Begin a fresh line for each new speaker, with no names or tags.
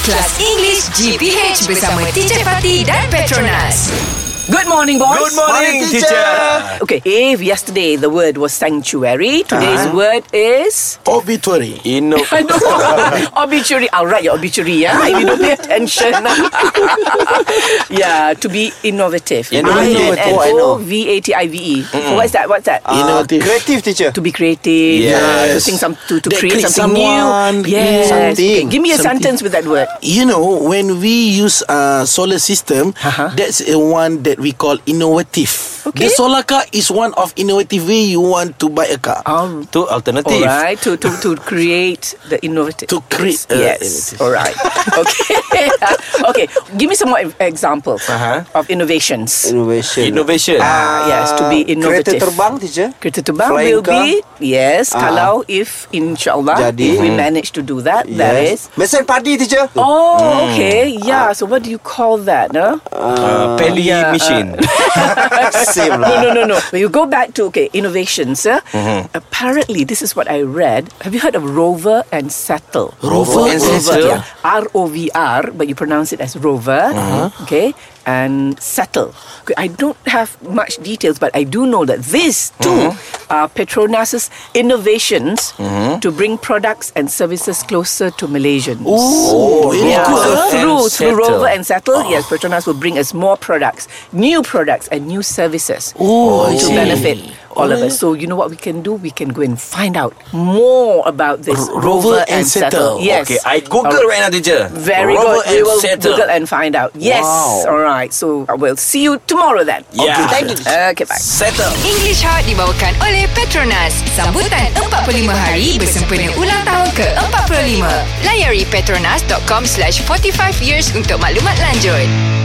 Kelas English GPH bersama Teacher Fatih dan Petronas.
Good morning, boys.
Good morning, teacher.
Okay, if yesterday the word was sanctuary, today's
Uh-huh.
word is
Obituary.
Inno
I know obituary. I'll write your obituary. Yeah, if you don't pay attention. yeah, to be innovative.
Innovative.
I N
Oh, I know.
O V A T I V E. So what's that? What's that?
Innovative.
Creative teacher
to be creative, yeah, to
Yes.
think some, to, to
That
create
click
something
someone,
new. Yes.
something,
Okay, give me a
something.
sentence with that word.
You know, when we use uh, solar system,
Uh-huh.
that's a one that we call innovative.
Okay.
The solar car is one of innovative way you want to buy a car.
Um,
To alternative
all right, to, to, to create the innovative.
To create, uh,
yes. All right. Okay. okay. Give me some more e- examples
Uh-huh.
of innovations.
Innovation.
Innovation
Ah, yes, to be innovative.
Kereta terbang teacher.
Kereta terbang
Flying
will be yes. Kalau if insyaAllah if
Jadi.
we manage to do that, that is.
Mesin padi teacher.
Oh, okay. Yeah. So what do you call that? No.
uh, Peli
yeah, uh,
machine
Same
no,
lah.
no, no, no. When you go back to okay innovations, eh? apparently this is what I read. Have you heard of rover and settle?
Rover
and settle?
Rover, R O V R, but you pronounce it as rover. Okay, and settle. Okay, I don't have much details, but I do know that these 2 are Petronas's innovations to bring products and services closer to Malaysians.
Oh, very
Yeah.
good.
So
Rover and
through through
settle. Ah.
Rover and Settle, yes, Petronas will bring us more products, new products, and new services
Oh, I
to
see.
benefit all of us. So you know what we can do? We can go and find out more about this
R- Rover and Settle.
Yes. Um,
Okay I google right now teacher
Very
Rover
good. We
and
will
settle.
Google and find out. Yes.
Wow.
All right. So I will see you tomorrow then.
Yeah.
Okay. Thank you. Okay. Bye.
Settle
English Hot dibawakan oleh Petronas. Sambutan 45 hari bersempena ulang tahun ke-45. Layari petronas.com slash 45 years untuk maklumat lanjut.